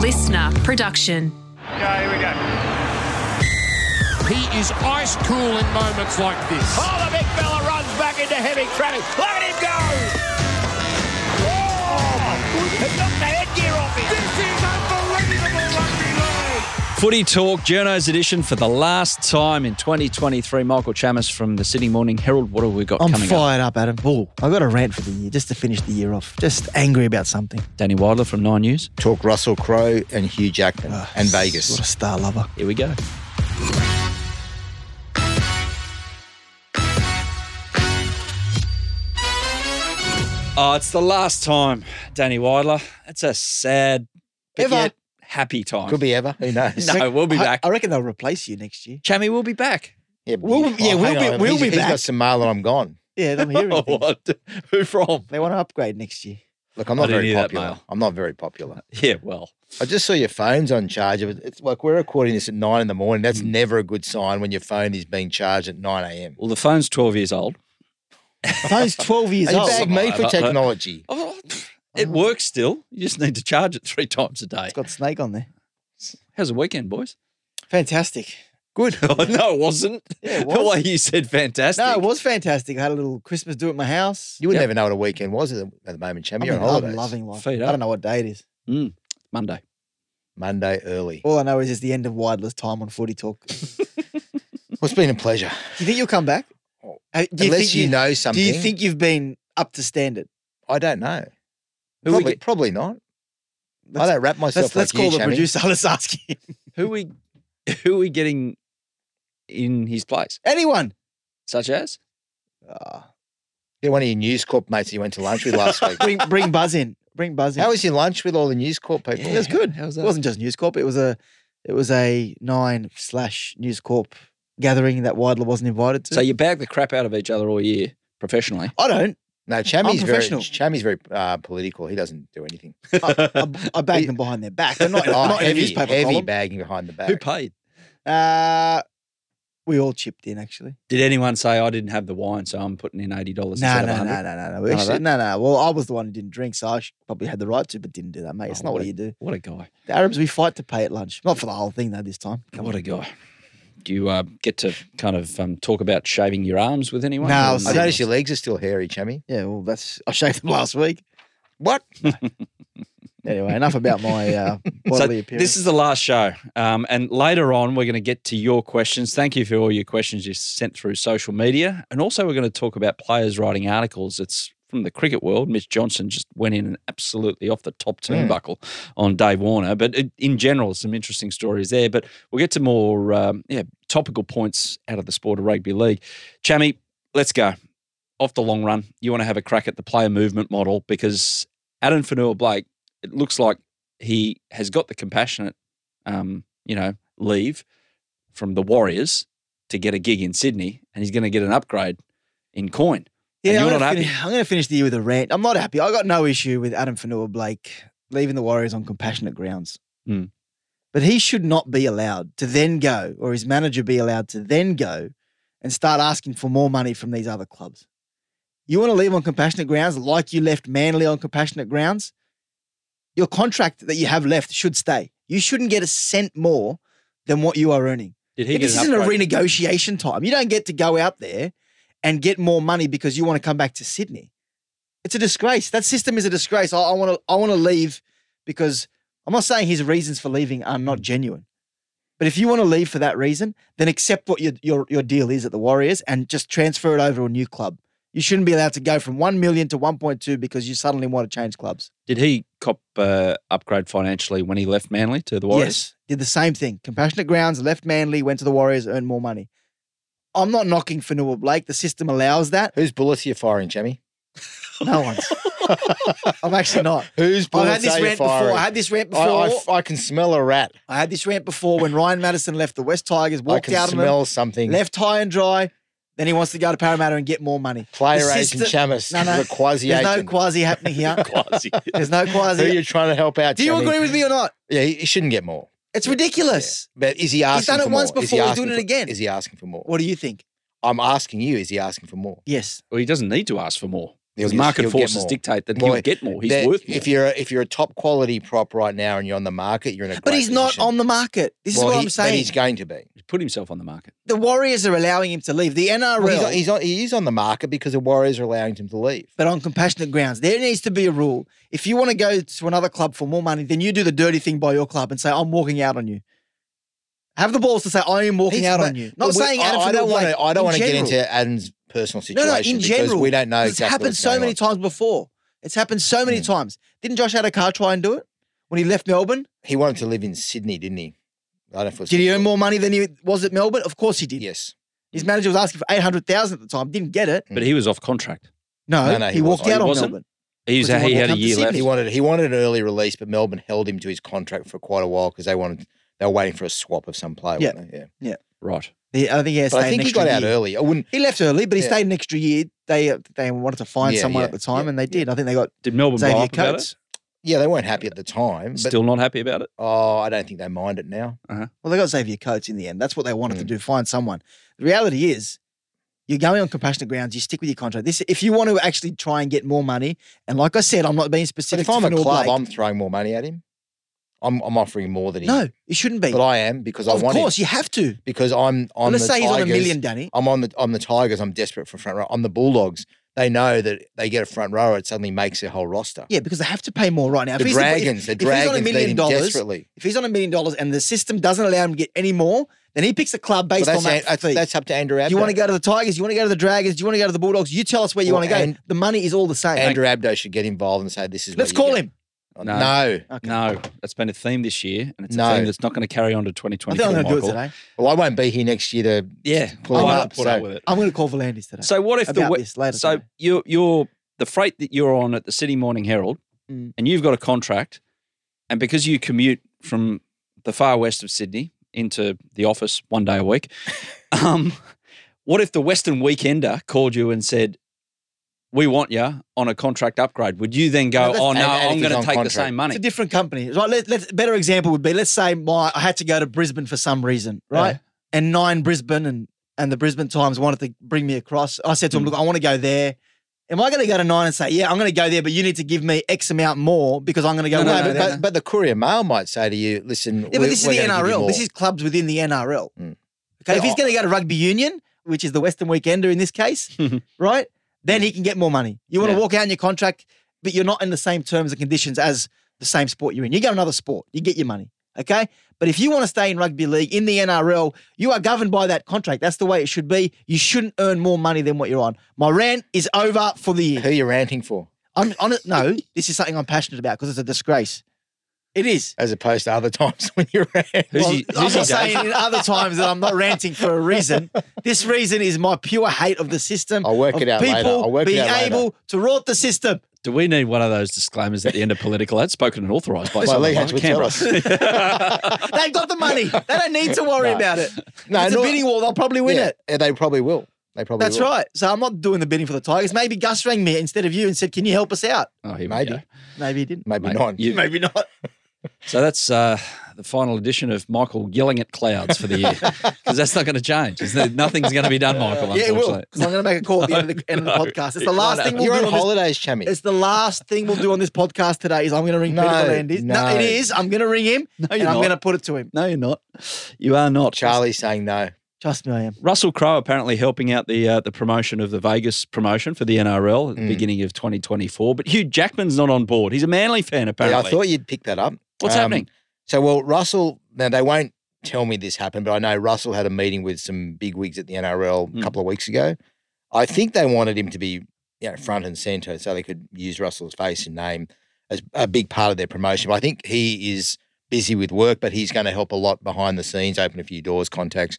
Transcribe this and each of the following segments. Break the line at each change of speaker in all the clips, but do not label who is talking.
listener production.
Okay, here we go.
He is ice cool in moments like this.
Oh, the big fella runs back into heavy traffic. Look at him go! Oh, he knocked the headgear off him. This is unbelievable rugby league.
Footy Talk, Journo's edition for the last time in 2023. Michael Chamis from the Sydney Morning Herald. What have we got
I'm
coming up?
fired up, Adam. Oh, I got a rant for the year just to finish the year off. Just angry about something.
Danny Widler from Nine News.
talk Russell Crowe and Hugh Jackman and Vegas.
Ah, What a star lover.
Here we go. Oh, it's the last time, Danny Widler. It's a sad, but
Ever.
yet happy time.
Could be ever. Who knows?
No, we'll be
I-
back.
I, reckon they'll replace you next year.
Chammy will be back.
Yeah, but-
We'll- yeah, we'll
hang
be-
on.
we'll
He's-
be
He's
back.
got some mail and I'm gone.
Yeah, they'll hear
Oh,
anything.
what? Who from?
They want to upgrade next year.
Look, I'm
I
not
didn't
very
hear that
popular.
mail.
I'm not very popular.
Yeah, well,
I just saw your phone's on charge. It was- It's like we're recording this at nine in the morning. That's
Hmm.
never a good sign when your phone is being charged at nine a.m.
well, the phone's 12 years old.
Phone's 12 years
They
old.
bag me for
Uh, uh,
technology.
Oh, It works still. You just need to charge it three times a day.
It's got snake on there.
How's the weekend, boys?
Fantastic. Good.
Oh, no, it wasn't.
Yeah, it
The
was.
way you said fantastic.
No, it was fantastic. I had a little Christmas do at my house.
You would
Yep.
never know what a weekend was at the, at the moment, Chammy.
I
You're
mean,
on holidays.
I'm loving life. I
Feed up.
don't know what day it is.
Monday.
Monday early.
All I know is it's the end of Widler's time on Footy Talk. do
Well, it's been a pleasure.
you think you'll come back? Uh, do
Oh, Unless
think
you, know
Do
something.
you think you've been up to standard?
I don't know.
Who we
Probably,
get-
probably not.
Let's-
I don't wrap myself
Let's, let's
like you,
call the
Chammy.
producer. Let's ask him.
Who we who we getting in his place?
Anyone?
Such as?
Ah. Yeah, one of your News Corp mates you went to lunch with last week.
Bring bring Buzz in. Bring Buzz in.
How was your lunch with all the News Corp people?
it was good.
How was
It
that?
wasn't just News Corp. It was a it was a nine slash News Corp gathering that Widler wasn't invited to.
so you bag the crap out of each other all year professionally.
I don't.
No, Chammy's very
professional.
Chammy's very uh, political. He doesn't do anything.
I, I bag them behind their back. They're not, in-
Oh,
not in a
heavy,
newspaper
heavy
column.
bagging behind the back.
Who paid?
Uh, we all chipped in actually.
Did anyone say I didn't have the wine, so I'm putting in eighty dollars
No,
instead
no,
of
no,
100?
no, no, no.
of
Actually,
that?
no, no. Well, I was the one who didn't drink, so I sh- probably had the right to, but didn't do that, mate. It's
Oh,
not
what
what
a-
you do.
What a guy.
The Arabs, we fight to pay at lunch. Not for the whole thing though. This time. Come
What
on.
a guy. Do you uh, get to kind of um, talk about shaving your arms with anyone?
No,
Or
I was
I
nothing?
noticed your legs are still hairy, Chammy.
Yeah, well, that's I shaved them last week.
What?
Anyway, enough about my uh,
So
bodily appearance.
this is the last show, um, and later on we're going to get to your questions. Thank you for all your questions you sent through social media, and also we're going to talk about players writing articles. It's from the cricket world. Mitch Johnson just went in and absolutely off the top turnbuckle on Dave Warner, but it, in general, some interesting stories there. But we'll get to more um, yeah topical points out of the sport of rugby league. Chammy, let's go off the long run, you want to have a crack at the player movement model because Adam Fanua Blake, it looks like he has got the compassionate, um, you know, leave from the Warriors to get a gig in Sydney, and he's going to get an upgrade in coin.
yeah,
and
I'm
you're
gonna
not
finish, I'm going to finish the year with a rant. I'm not happy. I got no issue with Adam Fanua Blake leaving the Warriors on compassionate grounds,
Mm.
but he should not be allowed to then go, or his manager be allowed to then go and start asking for more money from these other clubs. You want to leave on compassionate grounds, like you left Manly on compassionate grounds. Your contract that you have left should stay. You shouldn't get a cent more than what you are earning.
Did he
Yeah,
get
this
an
isn't a
upgrade?
renegotiation time. You don't get to go out there and get more money because you want to come back to Sydney. It's a disgrace. That system is a disgrace. I, I want to. I want to leave because I'm not saying his reasons for leaving are
Hmm.
not genuine. But if you want to leave for that reason, then accept what your, your your deal is at the Warriors and just transfer it over to a new club. You shouldn't be allowed to go from one million to one point two because you suddenly want to change clubs.
Did he cop uh, upgrade financially when he left Manly to the Warriors?
Yes, did the same thing. Compassionate grounds, left Manly, went to the Warriors, earned more money. I'm not knocking Fanua Blake. The system allows that.
Whose bullets are you firing, Chammy?
No one's. I'm actually not.
Whose
I've
bullets
had this
are you
rant
firing?
before. I had this rant
I- I
before. I,
f- I can smell a rat.
had this rant before when Ryan Madison left the West Tigers,
I
walked
can
out of
smell
them,
something.
left high and dry. Then he wants to go to Parramatta and get more money.
Player
The
agent
system-
Chamis.
No, no.
There's a quasi
There's no
agent.
quasi happening here. There's no
Who are you
quasi.
trying to help out?
Do you
Chammy?
agree with me or not?
Yeah, he, he shouldn't get more.
It's ridiculous.
But is he asking?
done it
for
once
more? Is he
before, he's
asking
doing it
for-
again.
Is he asking for more?
What do you think?
I'm asking you. Is he asking for more?
Yes.
Well, he doesn't need to ask for more.
He'll
Because
get-
market
he'll get
forces
more.
dictate that
Boy,
he'll get more. He's
That-
worth more.
If you're a, if you're a top quality prop right now and you're on the market, you're in a.
But
great
he's not
position.
on the market. This is
Well,
what
he-
I'm
But
saying.
he's going to be.
He's put himself on the market.
the Warriors are allowing him to leave. The NRL,
Well, he's, on, he's on. He is on the market because the Warriors are allowing him to leave.
but on compassionate grounds, there needs to be a rule. If you want to go to another club for more money, then you do the dirty thing by your club and say, "I'm walking out on you." Have the balls to say, "I am walking
He's-
out
but-
on you."
but
Not
we-
saying Adam
I, I
Silver,
don't want
like,
to. I
in
don't want to get
general.
into Adam's personal
No,
situation
no, in
because
general.
we don't know
It's
exactly.
happened
what's
so
going
many
on. Mm.
times before. It's happened so many times. Didn't Josh Adakar try and do it when he left Melbourne?
He wanted to live in Sydney, didn't he? I don't know if it was
Did he earn more money than he was at Melbourne? Of course he did.
Yes.
His manager was asking for eight hundred thousand at the time. Didn't get it.
But he was off contract.
No,
No, no,
he,
he
walked
wasn't.
out
He
on
wasn't?
Melbourne.
He's,
Because he
he
wanted
had
to
a
come to
year left.
Sydney.
He wanted he wanted an early release, but Melbourne held him to his contract for quite a while because they wanted they were waiting for a swap of some player.
Yeah.
weren't they? yeah.
Right.
He- I think he had
But I
stayed
think
an
he
extra
got out
year.
early. I wouldn't.
He left early, but he
Yeah.
stayed an extra year. They they wanted to find
Yeah,
someone
yeah,
at the time,
yeah,
and they did. I think they got
Did Melbourne blow
Xavier
up about
Coates.
it?
Yeah, they weren't happy at the time. But,
Still not happy about it?
Oh, I don't think they mind it now.
Well, they got Xavier Coates in the end. That's what they
Mm.
wanted to do. Find someone. The reality is, you're going on compassionate grounds. You stick with your contract. This, if you want to actually try and get more money, and like I said, I'm not being
But
specific.
if I'm
to
a
Fenua
club,
Blake.
I'm throwing more money at him. I'm I'm offering more than he.
no, it shouldn't be.
but I am because I
of
want
course,
him
you have to.
because I'm on
Let's
the
say he's
Tigers.
on a million, Danny.
I'm on the I'm the Tigers. I'm desperate for front row. I'm the Bulldogs. They know that they get a front rower, it suddenly makes their whole roster.
Yeah, because they have to pay more right now. If
the
he's- if-
Dragons, the
if he's on a
Dragons
million
need him
dollars,
desperately.
If he's on a million dollars and the system doesn't allow him to get any more, then he picks a club
But
based
that's,
on that.
that's,
fee.
that's up to Andrew Abdo.
Do you want to go to the Tigers? Do you want to go to the Dragons? Do you want to go to the Bulldogs? You tell us where you
Well,
want to go.
and-
the money is all the same.
Andrew Abdo should get involved and say this is. what
Let's
you
call
get."
him.
No.
No.
Okay.
No, that's been a theme this year, and it's a
No.
theme that's not going to carry on to
I
2024.
think I'm going to do it
Michael.
today.
Well, I won't be here next year to.
Yeah,
Pull
it
I'll
up,
put up
so-
with it.
I'm going to call Volandis today.
So what if the
about
we-
this later.
so
today.
you're you're the freight that you're on at the City Morning Herald,
Mm.
and you've got a contract, and because you commute from the far west of Sydney into the office one day a week, um, what if the Western Weekender called you and said? We want you on a contract upgrade. Would you then
No,
go,
that's-
oh no,
And- and if
I'm
he's
going to
on
take
contract.
the same money?
it's a different company. Right. Let, let, a better example would be let's say my I had to go to Brisbane for some reason, right?
Yeah.
And Nine Brisbane and and the Brisbane Times wanted to bring me across. I said to him,
Mm.
look, I want to go there. Am I going to go to Nine and say, yeah, I'm going to go there, but you need to give me X amount more because I'm going to go.
No,
way
no,
over-
but,
no,
but, but the Courier Mail might say to you, "Listen,
Yeah, but
we're-
this is
we're
the
gonna give you
NRL. This
more.
is clubs within the NRL.
Mm.
Okay, if
Yeah,
he's
I-
going to go to rugby union, which is the Western Weekender in this case, right? Then he can get more money. You want to
Yeah.
walk out in your contract, but you're not in the same terms and conditions as the same sport you're in. You go to another sport, you get your money. Okay, but if you want to stay in rugby league in the NRL, you are governed by that contract. That's the way it should be. You shouldn't earn more money than what you're on. My rant is over for the
who
year.
you're ranting for,
I'm on it. No, this is something I'm passionate about because it's a disgrace. It is.
as opposed to other times when you're ranting.
Who's
Well,
he-
I'm
who's he
not
dating?
saying in other times that I'm not ranting for a reason. This reason is my pure hate of the system.
I'll work
of
it out
people
later. I'll work it
being
out later.
able to rot the system.
Do we need one of those disclaimers at the end of political ads, spoken and authorised by
Well,
someone
Lee Hatch
like
would tell
Canberra?
They've got the money. They don't need to worry
No.
about it.
No,
it's
no-
a bidding war. They'll probably win
Yeah,
it.
and they probably will. They probably
That's
will.
right. So I'm not doing the bidding for the Tigers. Maybe Gus rang me instead of you and said, "Can you help us out?"
oh, here
Maybe.
we go.
Maybe he didn't.
Maybe
Mate,
not.
you-
Maybe not.
So that's uh, the final edition of Michael yelling at clouds for the year because that's not going to change. There's no- nothing's going to be done, Michael.
Yeah, it will.
unfortunately.
Because I'm going to make a call at the end of the, end of the podcast. It's the last thing we'll
You're
do
on
on this
holidays, Chammy.
It's the last thing we'll do on this podcast today. Is I'm going to ring
No,
Peter Volandis. No,
no.
it is. I'm going to ring him and
you're not.
I'm going to put it to him.
No, you're not. You are not.
Charlie's saying no.
Trust me, I am.
Russell Crowe apparently helping out the uh, the promotion of the Vegas promotion for the NRL at the
Mm.
beginning of 2024. But Hugh Jackman's not on board. He's a Manly fan,
Yeah,
apparently.
I thought you'd pick that up.
What's
Um,
happening?
So, well, Russell, now they won't tell me this happened, but I know Russell had a meeting with some big wigs at the NRL
Hmm.
a couple of weeks ago. I think they wanted him to be you know, front and centre so they could use Russell's face and name as a big part of their promotion. But I think he is busy with work, but he's going to help a lot behind the scenes, open a few doors, contacts,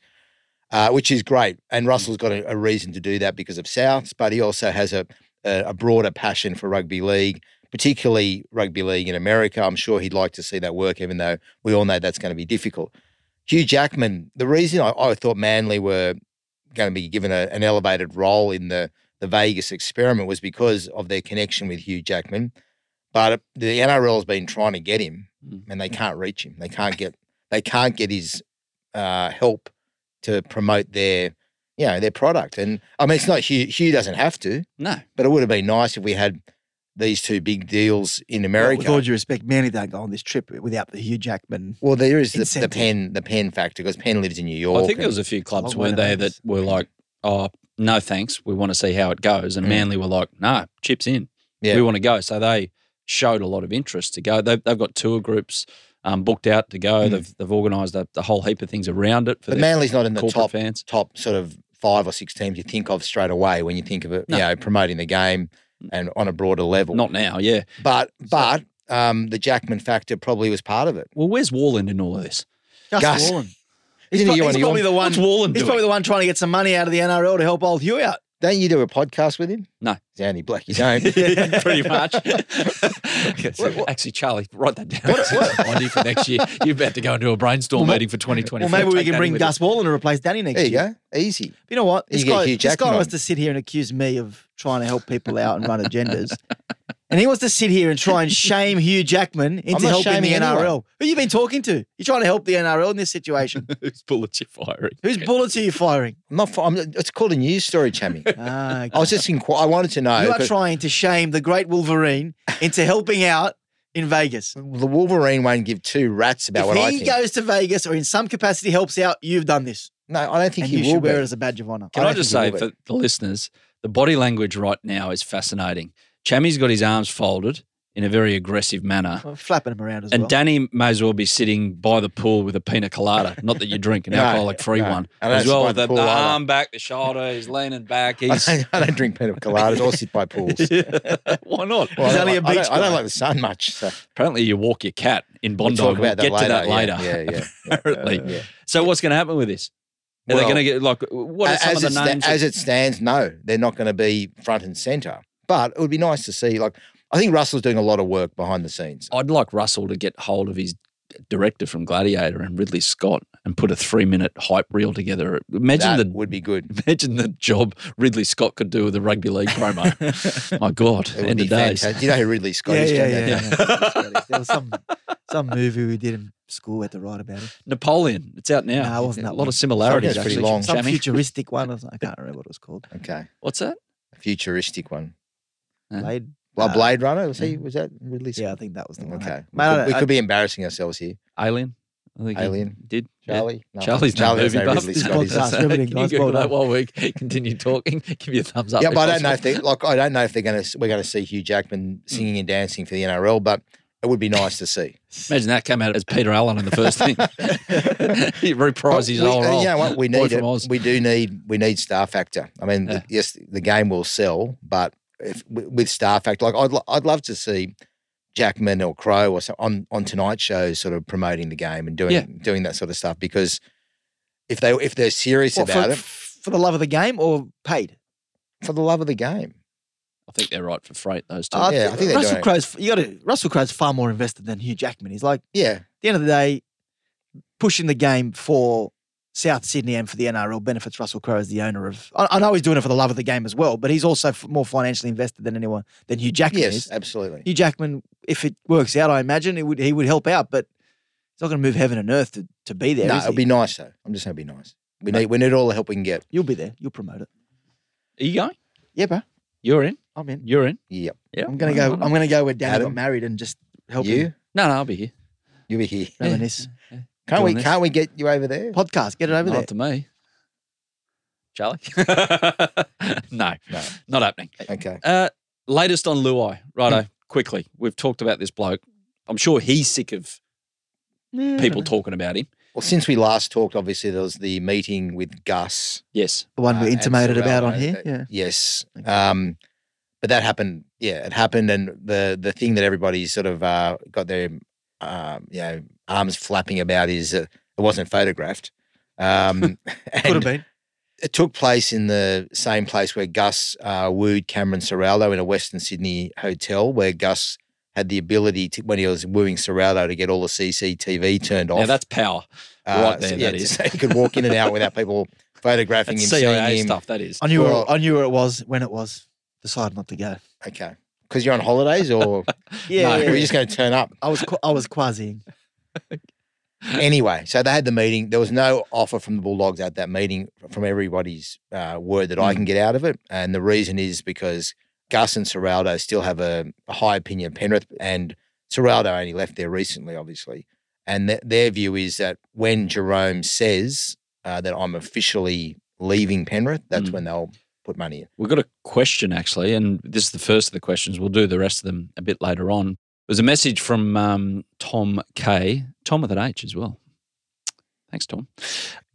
uh, which is great. And Russell's got a, a reason to do that because of Souths, but he also has a, a, a broader passion for rugby league, particularly rugby league in America. I'm sure he'd like to see that work, even though we all know that's going to be difficult. Hugh Jackman, the reason I, I thought Manly were going to be given a, an elevated role in the, the Vegas experiment was because of their connection with Hugh Jackman. But the NRL has been trying to get him,
Mm.
and they can't reach him. They can't get they can't get his uh, help to promote their you know, their product. And I mean, it's not Hugh. Hugh doesn't have to,
No.
but it would have been nice if we had these two big deals in
Well,
America.
With all due respect, Manly don't go on this trip without the Hugh Jackman.
Well, there is the, the
Incentive.
pen the pen factor because Penn lives in New York.
I think there
and-
was a few clubs,
long way
weren't
to
there, that
Vegas.
were like, oh, no thanks. We want to see how it goes. And
Mm.
Manly were like, no, chips in.
Yeah.
We want to go. So they showed a lot of interest to go. They've, they've got tour groups um, booked out to go.
Mm.
They've, they've organised a, a whole heap of things around it for
but
their
Manly's not in the
corporate
top
fans.
top sort of five or six teams you think of straight away when you think of it,
No.
you know, promoting the game and on a broader level.
Not now, yeah.
but but um, the Jackman factor probably was part of it.
Well, where's Warland in all of this?
Gus.
Wallen. He's,
Isn't
pro-
he
he's
on-
probably the one.
What's Warland
He's
doing?
probably the one trying to get some money out of the NRL to help old Hugh out.
Don't you do a podcast with him?
No.
He's only black his own.
Pretty much.
What- what-
Actually, Charlie, write that down. Idea for next year. You're about to go into a brainstorm
Well, ma-
meeting for 2024.
Well, maybe we
Take
can
that
bring
with us.
Gus Wallen to replace Danny next
there you
year.
go. Easy.
You know what?
You
This
get
guy,
Hugh
this
Jackman
guy wants
on.
to sit here and accuse me of trying to help people out and run agendas. And he wants to sit here and try and shame Hugh Jackman into
not
helping the
shaming
NRL.
anyone.
Who you been talking to? You're trying to help the NRL in this situation.
Who's bullets you firing?
Whose bullets are you firing?
I'm not. I'm, it's called a news story, Chammy.
Ah,
I was just inqu- I wanted to know.
you are
'cause
trying to shame the great Wolverine into helping out in Vegas.
the Wolverine won't give two rats about what
if
I
he
think.
goes to Vegas or in some capacity helps out, you've done this.
no, I don't think
and
he
you
will.
should wear
be.
it as a badge of honor.
Can
I
I,
don't
just
think
say
he will
for the listeners, the body language right now is fascinating. Chammy's got his arms folded in a very aggressive manner.
Oh,
I'm flapping him around as
And
well.
Danny may as well be sitting by the pool with a pina colada. Not that you drink an
No,
alcoholic free
no.
one.
And
as
that's
well,
by
with
the
the,
pool
the
either.
arm back, the shoulder, he's leaning back.
I
He's
don't, I don't drink pina coladas or sit by pools.
why not?
Well,
He's
I don't
only a
like- I
beach
don't, I don't
guy.
like the sun much. So
Apparently, you walk your cat in
we'll
Bondi.
talk about
we'll get
that
to that later.
later. Yeah, yeah, yeah.
Apparently.
Yeah.
So, what's going to happen with this? Are they
Well,
going to get like what are
A-
some
as,
of the
it sta-
names?
as it stands, no, they're not going to be front and center. But it would be nice to see. Like, I think Russell's doing a lot of work behind the scenes.
I'd like Russell to get hold of his director from Gladiator and Ridley Scott and put a three-minute hype reel together. Imagine
that
the
would be good.
imagine the job Ridley Scott could do with a rugby league promo. My God,
It would
end
be
of days.
fantastic. Do you know who Ridley Scott
yeah,
is?
yeah,
Jimbo?
yeah, yeah. there was some some movie we did in school. We had to write about it.
Napoleon, it's out now.
No, it wasn't
a
that
lot
one.
of similarities.
Sorry, it's pretty
actually.
long.
Some
Sammy,
futuristic one. Or something. I can't remember what it was called.
Okay,
what's that?
a futuristic one.
Yeah.
Blade.
Like
Uh,
Blade Runner. Was, he, was that Ridley Scott?
Yeah, I think that was the one.
Okay. We
Mate, I
could,
don't-
we
I-
could be embarrassing ourselves here.
Alien. I think he
Alien.
did. Yeah.
Charlie. No,
Charlie's not
Charlie
movie
doesn't know
buff.
Ridley
This
Scott is.
podcast. riveting,
You
guys.
Google
Well
that
done.
while we continue talking. Give you a thumbs up.
Yeah,
if
but I don't know if
possible.
they like. I don't know if they're going to. We're going to see Hugh Jackman singing and dancing for the NRL, but it would be nice to see.
Imagine that came out as Peter Allen in the first thing. he reprised his
But we- uh,
old role.
You know what? We
Boy
need
from
it.
Oz.
We do need. We need star factor. I mean,
Yeah.
yes, the game will sell, but if, with with star factor, like I'd, lo- I'd love to see Jackman or Crow or some, on on tonight's show, sort of promoting the game and doing
Yeah.
doing that sort of stuff because if they if they're serious
What,
about
for,
it,
for the love of the game or paid?
for the love of the game,
I think they're right for freight, those two.
I
yeah, I
thi-
think they're
Russell
doing it.
Crowe's. You got to Russell Crowe's far more invested than Hugh Jackman. He's like at
yeah,
the end of the day, pushing the game for South Sydney and for the NRL benefits Russell Crowe as the owner of. I, I know he's doing it for the love of the game as well, but he's also f- more financially invested than anyone than Hugh Jackman
yes,
is.
absolutely.
Hugh Jackman, if it works out, I imagine it would he would help out, but he's not going to move heaven and earth to, to be there.
no,
is
it'll
he?
be nice though. I'm just saying, it'll be nice. We need we need all the help we can get.
You'll be there. You'll promote it.
Are you going?
Yeah, bro.
You're in.
I'm in.
You're in.
Yep,
Yeah.
I'm gonna go. I'm gonna go where Dan got
Adam?
married and just help
you
him
No, no, I'll be here.
you'll be here.
reminisce.
Can't
Doing
we?
this.
Can't we get you over there?
Podcast. Get it over
Not
there.
up to me. Charlie? no,
No.
not happening.
Okay.
Uh, latest on Luai, righto?
Hmm.
Quickly, we've talked about this bloke. I'm sure he's sick of
Yeah, I
people
dunno.
talking about him.
Well, since we last talked, obviously there was the meeting with Gus.
Yes,
The one
uh,
we
and
intimated
Sorrell,
about on
uh,
here.
that-
Yeah.
Yes. Um, but that happened. Yeah, it happened, and the the thing that everybody sort of uh, got their um, you know arms flapping about is uh, it wasn't photographed. Um,
Could have
and
been.
It took place in the same place where Gus uh, wooed Cameron Serraldo in a Western Sydney hotel, where Gus had the ability to, when he was wooing Serraldo, to get all the CCTV turned off. Uh,
now that's power. right there,
so,
that is.
so he could walk in and out without people photographing
That's
him,
CIA
seeing him.
stuff, that is.
I knew.
Well-
where, I knew where it was when it was. Decided not to go.
Okay, because you're on holidays, or
Yeah.
we're just going to turn up.
I was. qu- I was quasiing.
anyway, so they had the meeting. There was no offer from the Bulldogs at that meeting, from everybody's uh, word that
Hmm.
I can get out of it. And the reason is because Gus and Serraldo still have a, a high opinion of Penrith, and Serraldo only left there recently, obviously. And th- their view is that when Jerome says uh, that I'm officially leaving Penrith, that's
Hmm.
Mm.
when they'll put money in.
We've got a question actually, and this is the first of the questions. We'll do the rest of them a bit later on. It was a message from um, Tom K, Tom with an H as well. Thanks, Tom.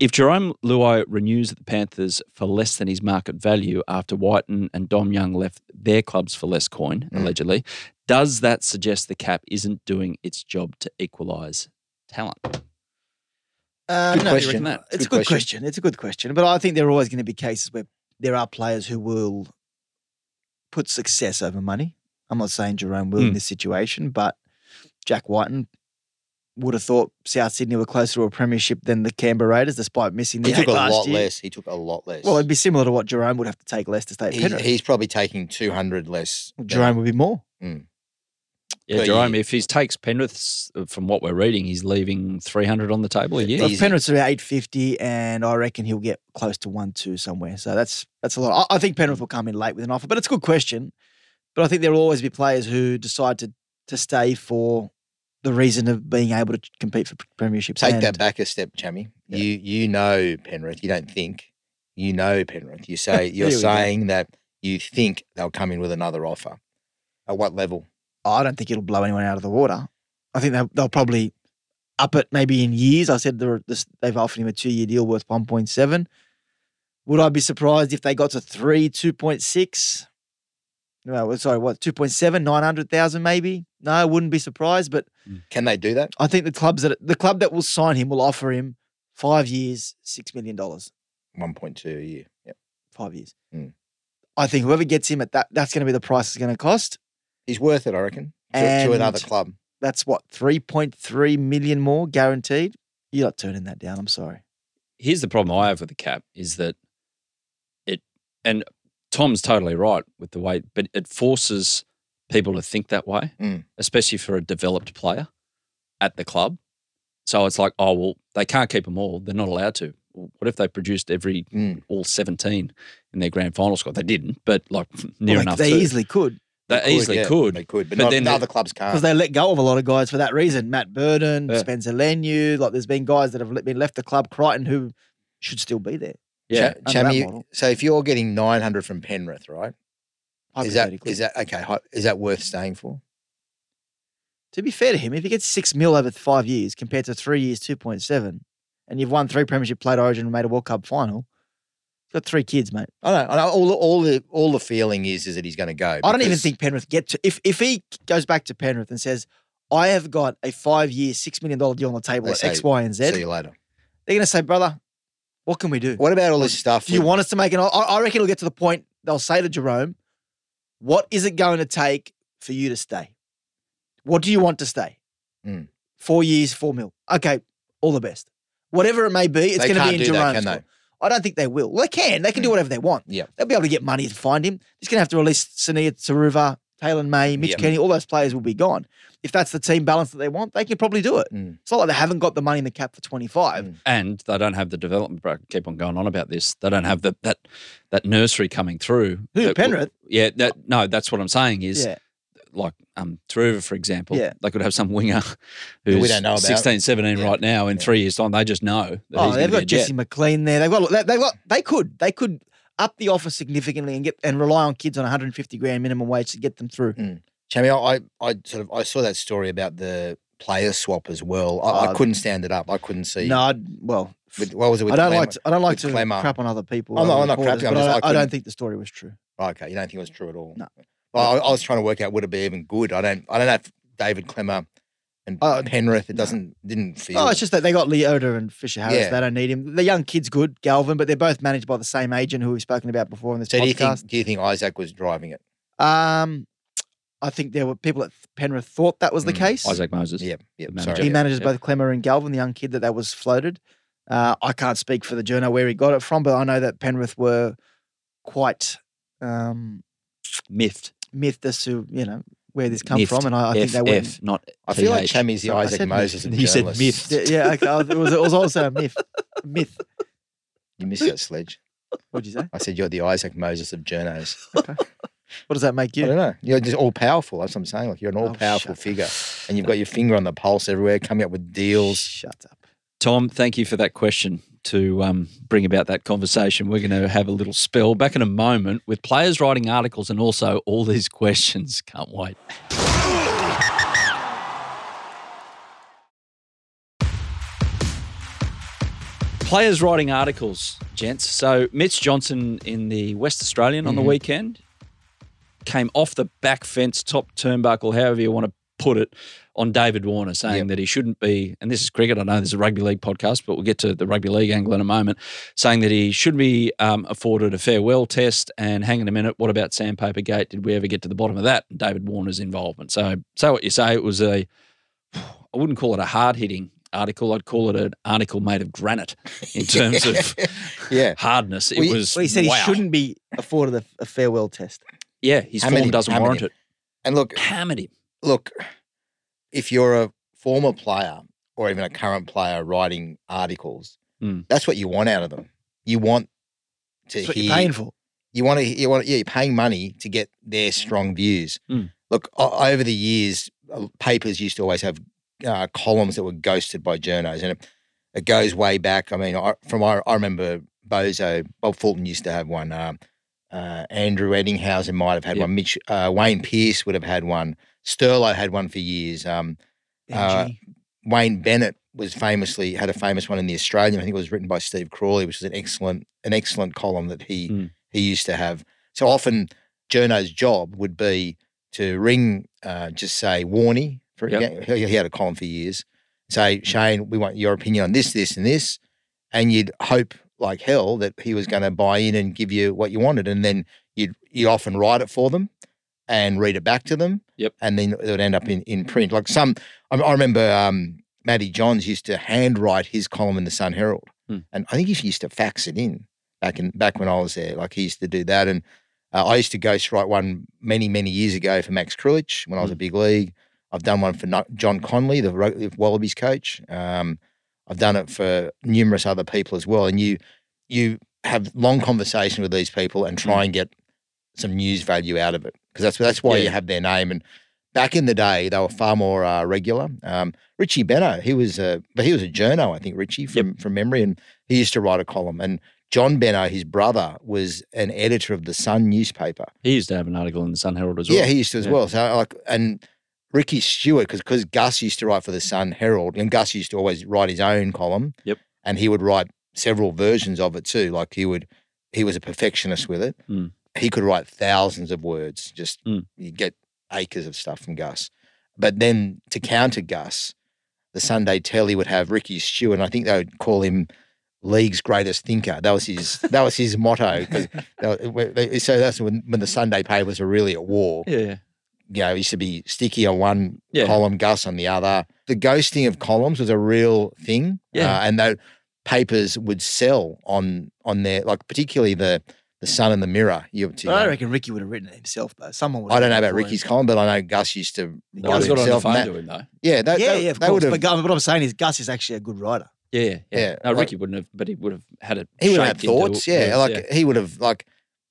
If Jerome Luai renews at the Panthers for less than his market value after Whiten and Dom Young left their clubs for less coin,
Mm.
allegedly, does that suggest the cap isn't doing its job to equalise talent?
Uh,
Good
no,
question.
you're right.
That-
It's a
good
good
question.
question. It's a good question. But I think there are always going to be cases where there are players who will put success over money. I'm not saying Jerome will
Hmm.
in this situation, but Jack Whiten would have thought South Sydney were closer to a premiership than the Canberra Raiders, despite missing the
He took
eight
a
last
lot
year.
less. He took a lot less.
Well, it'd be similar to what Jerome would have to take less to stay at
He-
Penrith.
he's probably taking 200 less. than-
Jerome would be more.
Yeah,
Per
Jerome,
year.
if he takes Penrith's, uh, from what we're reading, he's leaving 300 on the table a year.
Well,
Easy.
Penrith's about 850, and I reckon he'll get close to 1 2 somewhere. So that's that's a lot. I, I think Penrith will come in late with an offer, but it's a good question. But I think there will always be players who decide to, to stay for the reason of being able to compete for premierships.
Take
And
that back a step, Chammy.
Yeah.
You you know Penrith. You don't think. You know Penrith. You say you're
There we go.
saying that you think they'll come in with another offer. At what level?
I don't think it'll blow anyone out of the water. I think they'll, they'll probably up it maybe in years. I said they're- this, they've offered him a two year deal worth 1.7. Would I be surprised if they got to three, 2.6? No, well, sorry, what, 2.7, 900,000 maybe? No, I wouldn't be surprised. But
Can they do that?
I think the clubs that the club that will sign him will offer him five years, $6 million.
One point two a year. Yep.
Five years.
Mm.
I think whoever gets him at that, that's going to be the price it's going to cost.
He's worth it, I reckon. To, to another
And-
club.
That's what, 3.3 million more guaranteed? You're not turning that down. I'm sorry.
here's the problem I have with the cap is that it and Tom's totally right with the way, but it forces people to think that way,
Mm.
especially for a developed player at the club. So it's like, oh well, they can't keep them all; they're not allowed to. What if they produced every
Mm.
all seventeen in their grand final squad? They didn't, but like near
Well, they-
enough.
They
to.
easily could
they easily
yeah,
could.
They could, but,
but
not,
then
the
they-
other clubs can't.
because they let go of a lot of guys for that reason. Matt Burden,
Yeah.
Spencer Lenu. Like there's been guys that have le- been left the club, Crichton, who should still be there.
yeah,
under that
Chammy,
model.
so if you're getting nine hundred from Penrith, right? Is that
hypothetically.
is that okay? hy- Is that worth staying for?
to be fair to him, if he gets six mil over five years compared to three years, 2.7, and you've won three premiership, played Origin, and made a World Cup final, you've got three kids, mate.
I don't. know. I know all, all the all the feeling is is that he's going to go.
I don't even
because-
think Penrith get to if if he goes back to Penrith and says, "I have got a five-year, six million dollar deal on the table
They
at X,
say,
Y, and Z,"
See you later.
they're going to say, "Brother, what can we do?
What about all this stuff?
Do you
with-
want us to make an?" I, I reckon it'll get to the point they'll say to Jerome, "What is it going to take for you to stay? What do you want to stay?
Mm.
Four years, four mil. Okay, all the best. Whatever it may be, it's
They
going to
can't
be in
do that,
Jerome's
can they?
court. I don't think they will. Well, they can. They can do
Mm.
whatever they want.
Yeah.
They'll be able to get money to find him. He's going to have to release Sania Taruva, Taylor May, Mitch
Yeah.
Kenny. All those players will be gone. If that's the team balance that they want, they can probably do it.
Mm.
It's not like they haven't got the money in the cap for 25.
Mm.
and they don't have the development. I keep on going on about this. They don't have the, that that nursery coming through.
Who,
that w-
Penrith?
yeah, that no, that's what I'm saying is
Yeah.
like um Taruva, for example,
Yeah.
they could have some winger
Who we
who's
don't know about.
16, 17
Yeah.
right now in
Yeah.
three years' time. They just know. That
Oh,
he's gonna
they've got
be a Jet.
Jesse McLean there. They've got, they, they've got, they could, they could up the offer significantly and get and rely on kids on 150 grand minimum wage to get them through.
Hmm. Chammy, I, I sort of I saw that story about the player swap as well. I, I
Oh.
couldn't stand it up. I couldn't see.
No, I'd, well,
With, what was it? With
I don't
Clem-
like to, I don't like
with
to
Clemmer.
crap on other people.
I'm not-
other
I'm not
reporters,
crapping, I'm
but
just-
I,
I
don't- I don't
couldn't-
think the story was true.
Oh, okay, you don't think it was true at all.
No.
Well, I, I was trying to work out would it be even good. I don't. I don't know if David Clemmer and
Oh,
Penrith. It
no.
doesn't didn't feel.
Oh, it's just that they got Leota and Fisher Harris.
Yeah.
They don't need him. The young kid's good, Galvin, but they're both managed by the same agent who we've spoken about before in this
so do you
podcast.
think? Do you think Isaac was driving it?
um, I think there were people at Penrith thought that was the
Mm,
case.
Isaac Moses.
Yeah. Yeah.
The
Sorry.
manager.
he
yeah,
manages
yeah.
both Clemmer and Galvin, the young kid that that was floated. Uh, I can't speak for the journal where he got it from, but I know that Penrith were quite um,
Miffed.
miffed as to you know where this come
Miffed.
from, and I, I think they went.
FF, not
I feel like
TH.
Chammy's the
So I
Isaac
said
Moses of
You said
journalists.
myth.
Yeah, yeah okay, I was- it, was, it was also a myth. Myth.
You missed that sledge.
What'd you say?
I said you're the Isaac Moses of journos.
What does that make
I
you?
don't know. You're just all powerful. That's what I'm saying. Like you're an
Oh,
all powerful
shut
figure, and you've got your finger on the pulse everywhere, coming up with deals.
Shut up.
Tom, thank you for that question to um, bring about that conversation. We're going to have a little spell back in a moment with players writing articles and also all these questions. Can't wait. Players writing articles, gents. So Mitch Johnson in the West Australian on the weekend came off the back fence, top turnbuckle, however you want to put it, on David Warner, saying
Yep.
that he shouldn't be. And this is cricket. I know this is a rugby league podcast, but we'll get to the rugby league angle in a moment. Saying that he should be um, afforded a farewell test. And hang on a minute, what about Sandpaper Gate? Did we ever get to the bottom of that? David Warner's involvement. So, so what you say, it was a. I wouldn't call it a hard hitting article. I'd call it an article made of granite in terms of
Yeah.
hardness. It
Well, you-
was.
Well, he said
wow.
he shouldn't be afforded a, a farewell test.
Yeah, his
Hammered
form
him,
doesn't
hammered
warrant
him.
it.
And look,
Hammered him.
look, if you're a former player or even a current player writing articles,
Mm.
that's what you want out of them. You want to
Hmm. That's what
hear
you're paying for.
you want to you want yeah you're paying money to get their strong views.
Mm.
Look, o- over the years, uh, papers used to always have uh, columns that were ghosted by journos, and it, it goes way back. I mean, I, from I, I remember Bozo Bob Fulton used to have one. Um, uh, Andrew Eddinghausen might have had
Yeah.
one. Mitch uh, Wayne Pierce would have had one. Sterlo had one for years. Um, Uh,
MG.
Wayne Bennett was famously had a famous one in the Australian. I think it was written by Steve Crawley, which was an excellent an excellent column that he
Mm.
he used to have. So often, Journo's job would be to ring, uh, just say Warney. For
Yep. Hmm.
he, he had a column for years. Say Shane, we want your opinion on this, this, and this, and you'd hope like hell that he was going to buy in and give you what you wanted, and then you'd you often write it for them and read it back to them.
Yep.
And then it would end up in, in print. Like some, I, I remember um, Matty Johns used to handwrite his column in the Sun Herald,
Hmm.
and I think he used to fax it in back in back when I was there. Like he used to do that, and uh, I used to ghostwrite one many many years ago for Max Krulich when I was a big league. I've done one for No- John Conley, the Ro- the Wallabies coach. Um, I've done it for numerous other people as well, and you you have long conversation with these people and try and get some news value out of it because that's that's why you
Yeah.
have their name. And back in the day, they were far more uh, regular. Um, Richie Benno, he was a but he was a journo, I think Richie from from memory, and he used to write a column. And John Benno, his brother, was an editor of the Sun newspaper.
He used to have an article in the Sun Herald as well.
Yeah, he used to as
Yeah.
well. So like, and Ricky Stewart, because Gus used to write for the Sun Herald, and Gus used to always write his own column.
Yep.
And he would write several versions of it too. Like he would, he was a perfectionist with it.
Mm.
He could write thousands of words. Just
Mm.
you get acres of stuff from Gus. But then to counter Gus, the Sunday Telly would have Ricky Stewart, and I think they would call him league's greatest thinker. That was his. that was his motto. 'cause they were- they- So that's when when the Sunday papers were really at war
Yeah.
you know, it used to be sticky on one
Yeah.
column, Gus on the other. The ghosting of columns was a real thing.
Yeah.
Uh, and though papers would sell on on their like particularly the the Sun and the Mirror. You, to,
But I reckon Ricky would have written it himself, though. Someone would.
I
have
don't know
written it
about
for him.
Ricky's column, but I know Gus used to
Gus
Guys
Gus
got on the
himself,
phone
Matt-
to him though.
Yeah, they,
yeah,
they-
yeah, of
they
course.
would've-
But, Gu- but what I'm saying is, Gus is actually a good writer.
Yeah, yeah.
Yeah,
no,
like-
Ricky wouldn't have, but he would have had it.
he would have had
shaped into
thoughts.
words,
Yeah, like he would have like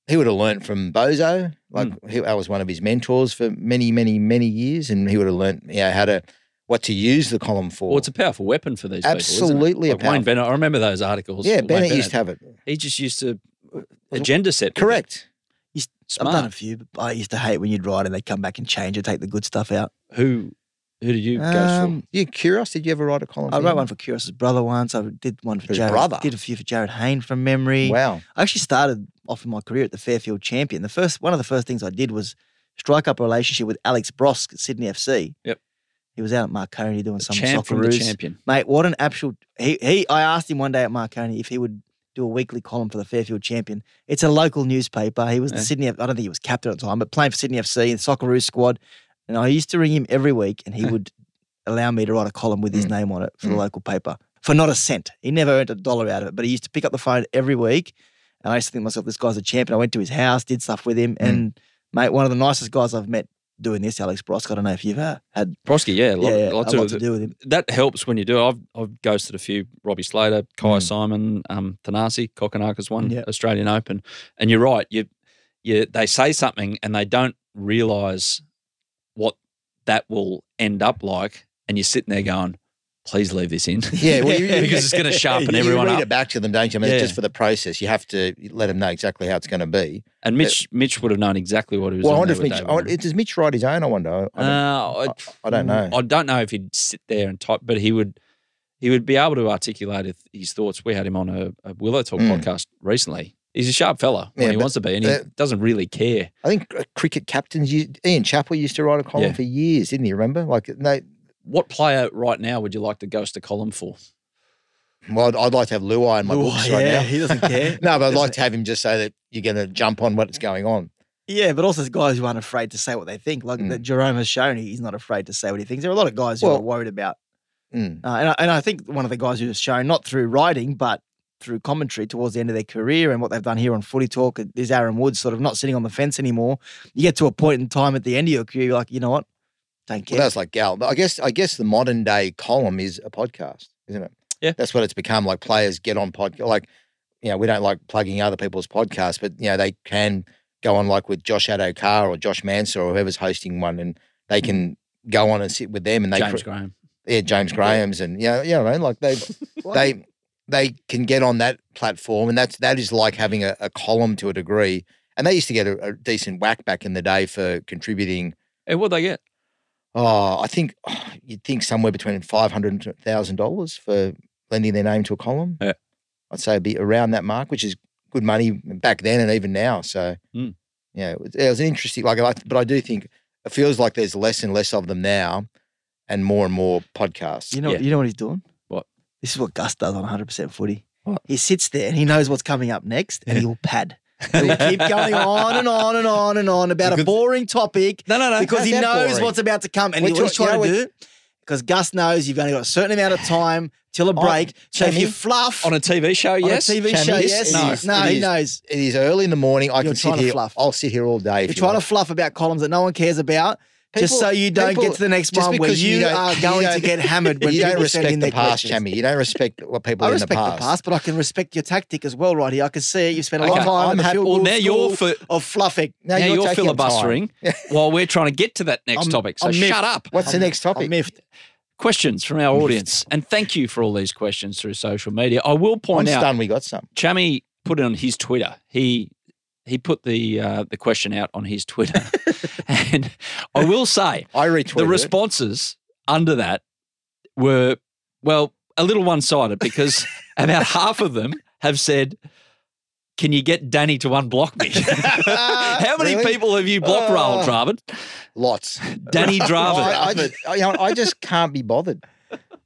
he would have learnt from Bozo. Like
Hmm.
he, I was one of his mentors for many, many, many years, and he would have learnt you know, how to what to use the column for.
Well, it's a powerful weapon for these people.
Absolutely
isn't
a
it? Like Wayne
powerful-
Bennett. I remember those articles.
yeah,
Wayne
Bennett used to have it.
He just used to uh, agenda set. people.
Correct.
I've done a
Smart.
few, but I used to hate when you'd write and they'd come back and change it, take the good stuff out.
Who who do you
Um, you curious? Did you ever write a column?
I
for
wrote
him?
one for Curious' brother once. I did one for
His
Jared.
brother?
Did a few for Jared Hayne from memory.
Wow.
I actually started off in my career at the Fairfield Champion. The first one of the first things I did was strike up a relationship with Alex Brosk at Sydney FC.
Yep.
He was out at Marconi doing
go for?
some
Champ
soccer
from the
roos.
champion.
Mate, what an actual he, he I asked him one day at Marconi if he would do a weekly column for the Fairfield Champion. It's a local newspaper. He was the
Yeah.
Sydney I don't think he was captain at the time, but playing for Sydney FC in the Socceroos squad. And I used to ring him every week and he
Yeah.
would allow me to write a column with his
Mm.
name on it for the
Mm.
local paper for not a cent. He never earned a dollar out of it, but he used to pick up the phone every week. Mm. And I used to think to myself, this guy's a champion. I went to his house, did stuff with him, and mate, one of the nicest guys I've met doing this, Alex Brosk. I don't know if you've uh, had
Broski, yeah, lot,
yeah, yeah,
lots
a lot
of,
to do with him.
that helps when you do. it. I've I've ghosted a few Robbie Slater, Kai
Mm.
Simon, um, Thanasi, Kokonaka's won
Yeah.
Australian Open, and you're right. You you they say something and they don't realise what that will end up like, and you're sitting there going, "Please leave this in."
Yeah, well, you-
because it's going to sharpen
you
everyone
read
up.
it back to them, don't you? I mean,
Yeah.
it's just for the process. You have to let them know exactly how it's going to be.
And Mitch Mitch would have known exactly what he was.
Well, I
on
wonder if
there
Mitch
with David
I
Warner.
wonder- does Mitch write his own. I wonder. I don't-
Uh, I,
I don't know.
I don't know if he'd sit there and type, but he would. He would be able to articulate his- his thoughts. We had him on a, a Willow Talk
Hmm.
Mm.
podcast recently. He's a sharp fella when
Yeah,
he
but-
wants to be, and he
but-
doesn't really care.
I think uh, cricket captains. Used, Ian Chappell used to write a column
Yeah.
for years, didn't he? Remember, like no.
What player right now would you like to ghost a column for?
Well, I'd, I'd like to have Luai in my
Luai,
books right
yeah,
now.
he doesn't care.
no, but I'd
Doesn't-
like to have him just say that you're going to jump on what's going on.
Yeah, but also there's guys who aren't afraid to say what they think. Like
Mm.
that Jerome has shown, he's not afraid to say what he thinks. There are a lot of guys who are
Well-
worried about,
Mm.
uh, and I, and I think one of the guys who has shown not through writing but through commentary towards the end of their career and what they've done here on Footy Talk is Aaron Woods, sort of not sitting on the fence anymore. You get to a point in time at the end of your career, you're like, you know what, don't care.
Well, that's like Gal. But I guess I guess the modern day column is a podcast, isn't it?
Yeah.
that's what it's become. Like players get on podcast. Like you know, we don't like plugging other people's podcasts, but you know they can go on like with Josh Adokar or Josh Mansor or whoever's hosting one, and they can go on and sit with them and they
Mm-hmm. James
cr-
Graham.
yeah James Graham's and yeah yeah I mean like they they they can get on that platform, and that's that is like having a, a column to a degree. And they used to get a, a decent whack back in the day for contributing.
Hey, Eh, what'd they get?
Oh, I think oh, you'd think somewhere between five hundred and thousand dollars for lending their name to a column.
Yeah.
I'd say it'd be around that mark, which is good money back then and even now. So
Mm.
yeah, it was, it was an interesting. Like, I like- but I do think it feels like there's less and less of them now, and more and more podcasts.
You know,
Yeah.
you know what he's doing.
What?
This is what Gus does on 100 percent footy.
What?
He sits there and he knows what's coming up next, and he'll pad. He'll keep going on and on and on and on about a
Because-
boring topic
No, no, no.
because he
that
knows
boring?
what's about to come, and
We're
he, what he's
talk- you
trying to
know,
do because Gus knows you've only got a certain amount of time till a break. so if you
Oh, Jamie,
fluff
on a TV show,
on a
yes.
TV
Jamie,
show,
it
yes,
is-
no,
it is-
no,
it
he
is.
knows.
It is early in the morning. I
You're
can sit
trying to
here.
fluff.
I'll sit here all day. if
You're
you
trying
like.
to fluff about columns that no one cares about. just
People-
so you don't get
people-
to the next
just
one where
because you
you
don't-
are
you
going to
don't-
get hammered when
you don't
people send in
respect the
their
past,
questions.
Chammy. You don't respect what people
I
in
respect
the past.
but I can respect your tactic as well, right here. I can see you've spent a lot
Okay,
of time in
I'm
the
a-
field
well,
goal
now you're
school
fi-
of fluffing.
Now
now
you're
you're
taking up time.
filibustering while we're trying to get to that next
I'm-
topic. So
I'm miffed.
shut up.
What's the next
I
topic?
miffed.
Questions from our audience. And thank you for all these questions through social media. I will
I'm
point out
stunned. We got some.
Chami put it on his Twitter. He he put the uh, the question out on his Twitter, and I will say
I retweeted.
the
it.
responses under that were well a little one sided because about half of them have said. Can you get Danny to unblock me? How many
Ah, Really?
people have you blocked, Raoul
Oh.
Dravid?
Lots.
Danny
I,
Dravid.
I just, I, you know, I just can't be bothered.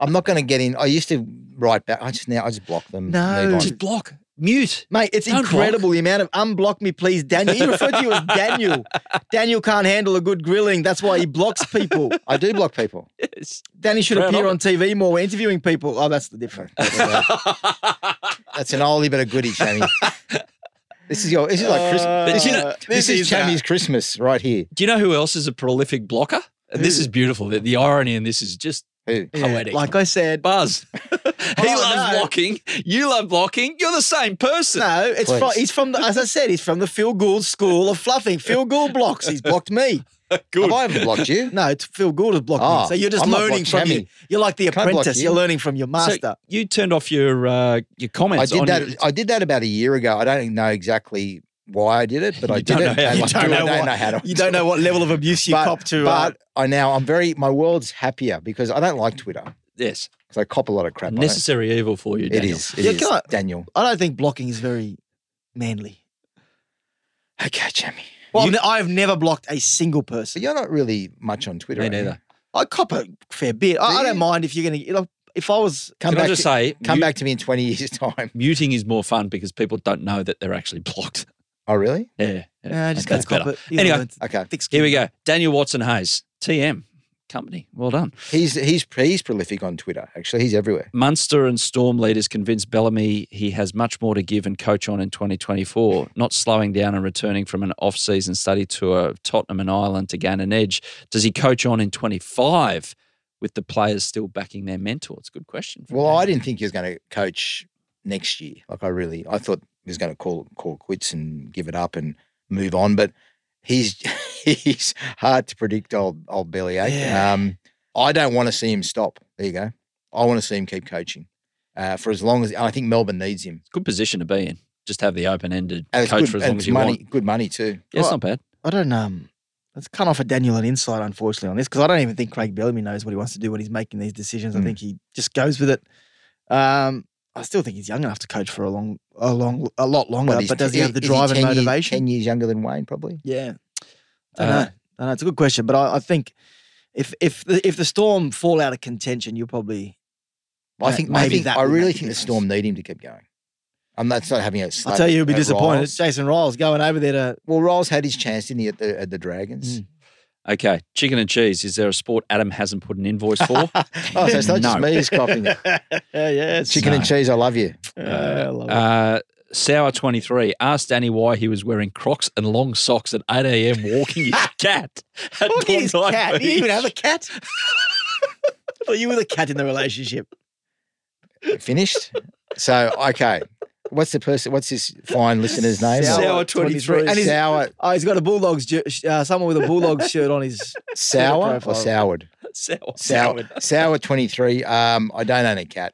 I'm not going to get in. I used to write back. I just now I just block them.
No.
move on.
Just block, mute.
Mate, it's
Don't
incredible the amount of unblock me, please, Daniel. He referred to you as Daniel. Daniel can't handle a good grilling. That's why he blocks people.
I do block people.
Yes.
Danny should
Proud
appear
of
on TV more interviewing people. Oh, that's the difference.
That's an oldie but a goodie, Chammy. this is your. This is like Christmas. This,
you
is
know-
Uh, this, is
uh,
Chammy's Christmas right here.
Do you know who else is a prolific blocker? And this is beautiful. The, the irony in this is just
Who?
poetic.
Like I said,
Buzz. he
Oh,
loves
no.
blocking. You love blocking. You're the same person.
no, it's from,
Please.
he's from the, as I said, he's from the Phil Gould school of fluffing. Phil Gould blocks. He's blocked me.
Have I ever blocked you?
No, it's Phil Gould has blocked
Ah,
me. So you're just
I'm not
learning
blocked,
from
Jamie.
you. You're like the
Can't block
apprentice.
you.
You're learning from your
So
master.
you turned off your uh, your comments.
I did
on
that.
your-
I did that about a year ago. I don't know exactly why I did it, but
You
I did
don't
it.
know how
and
you
I
don't
do- I
know what-
don't know how to.
you
do
don't
it.
know what level of abuse you
But-
cop to. uh,
But I now I'm very. My world's happier because I don't like Twitter
yes,
because I cop a lot of crap. on it.
necessary evil for you.
It
Daniel.
is. It
Yeah,
is,
can I-
Daniel.
I don't think blocking is very manly.
Okay, Jamie.
Well, I've ne- I've never blocked a single
So
person.
you're not really much on Twitter.
Me
are you?
neither.
I cop a fair bit. I,
Do
I don't
you?
mind if you're going to. If I was,
Come
Can
back.
I just
to,
say,
come
mute-
back to me in 20 years' time.
Muting is more fun because people don't know that they're actually blocked.
Oh, really?
Yeah, yeah.
nah, just go
that's
cop
better.
it. You
Anyway,
know, it's
Okay.
thick skin.
Here we go. Daniel Watson Hayes, TM. company. Well done.
He's he's he's prolific on Twitter. Actually, he's everywhere.
Munster and Storm leaders convinced Bellamy he has much more to give and coach on in 2024, not slowing down and returning from an off season study tour of Tottenham and Ireland to gain an edge. Does he coach on in 25 with the players still backing their mentor? It's a good question.
Well, I didn't think he was going to coach next year. Like I really, I thought he was going to call call quits and give it up and move on. But he's he's hard to predict. Old old Billy.
Yeah.
Um, I don't want to see him stop. There you go. I want to see him keep coaching uh, for as long as I think Melbourne needs him.
It's a good position to be in. Just have the open ended
And it's
coach
good,
for as
and
long
it's
as you
money,
want.
Good money too.
Yeah, it's
Well,
not bad.
I don't um let's cut off a Daniel an insight unfortunately on this because I don't even think Craig Bellamy knows what he wants to do when he's making these decisions. I
Mm.
think he just goes with it. Um I still think he's young enough to coach for a long a long a lot longer,
he's-
Uh, but does he have the
is
drive
10
and
years-
motivation?
Ten years younger than Wayne, probably.
yeah. I don't
Uh,
know. I know. It's a good question, but I, I think if if the, if the storm fall out of contention, you'll probably
I
Ma-
think I
maybe
think
that
I
would
really
make a
think the
difference.
Storm need him to keep going. And that's not having a
I'll
slap
tell you you'll be
at
disappointed.
Riles.
It's Jason Riles going over there to
Well, Rolls had his chance, didn't he, at the at the Dragons?
Mm.
Okay, chicken and cheese. Is there a sport Adam hasn't put an invoice for?
Oh, so it's not
No.
just me who's copying it.
Yeah, yeah.
Chicken and
No.
cheese, I love you.
Yeah, I love it.
Uh, Sour 23 asked Danny why he was wearing Crocs and long socks at 8 a.m. walking his cat. at
Look at his
Bondi
cat. Do you
Beach.
even have a cat? I thought you were the cat in the relationship.
Finished. so okay, what's the person? What's this fine listener's name?
Sour
Sour 23.
23. And his-
sour,
Oh, he's got a Bulldogs, ju- uh, someone with a Bulldogs shirt on his.
sour or
profile.
soured?
Sour.
Sour, sour twenty three. Um, I don't own a cat.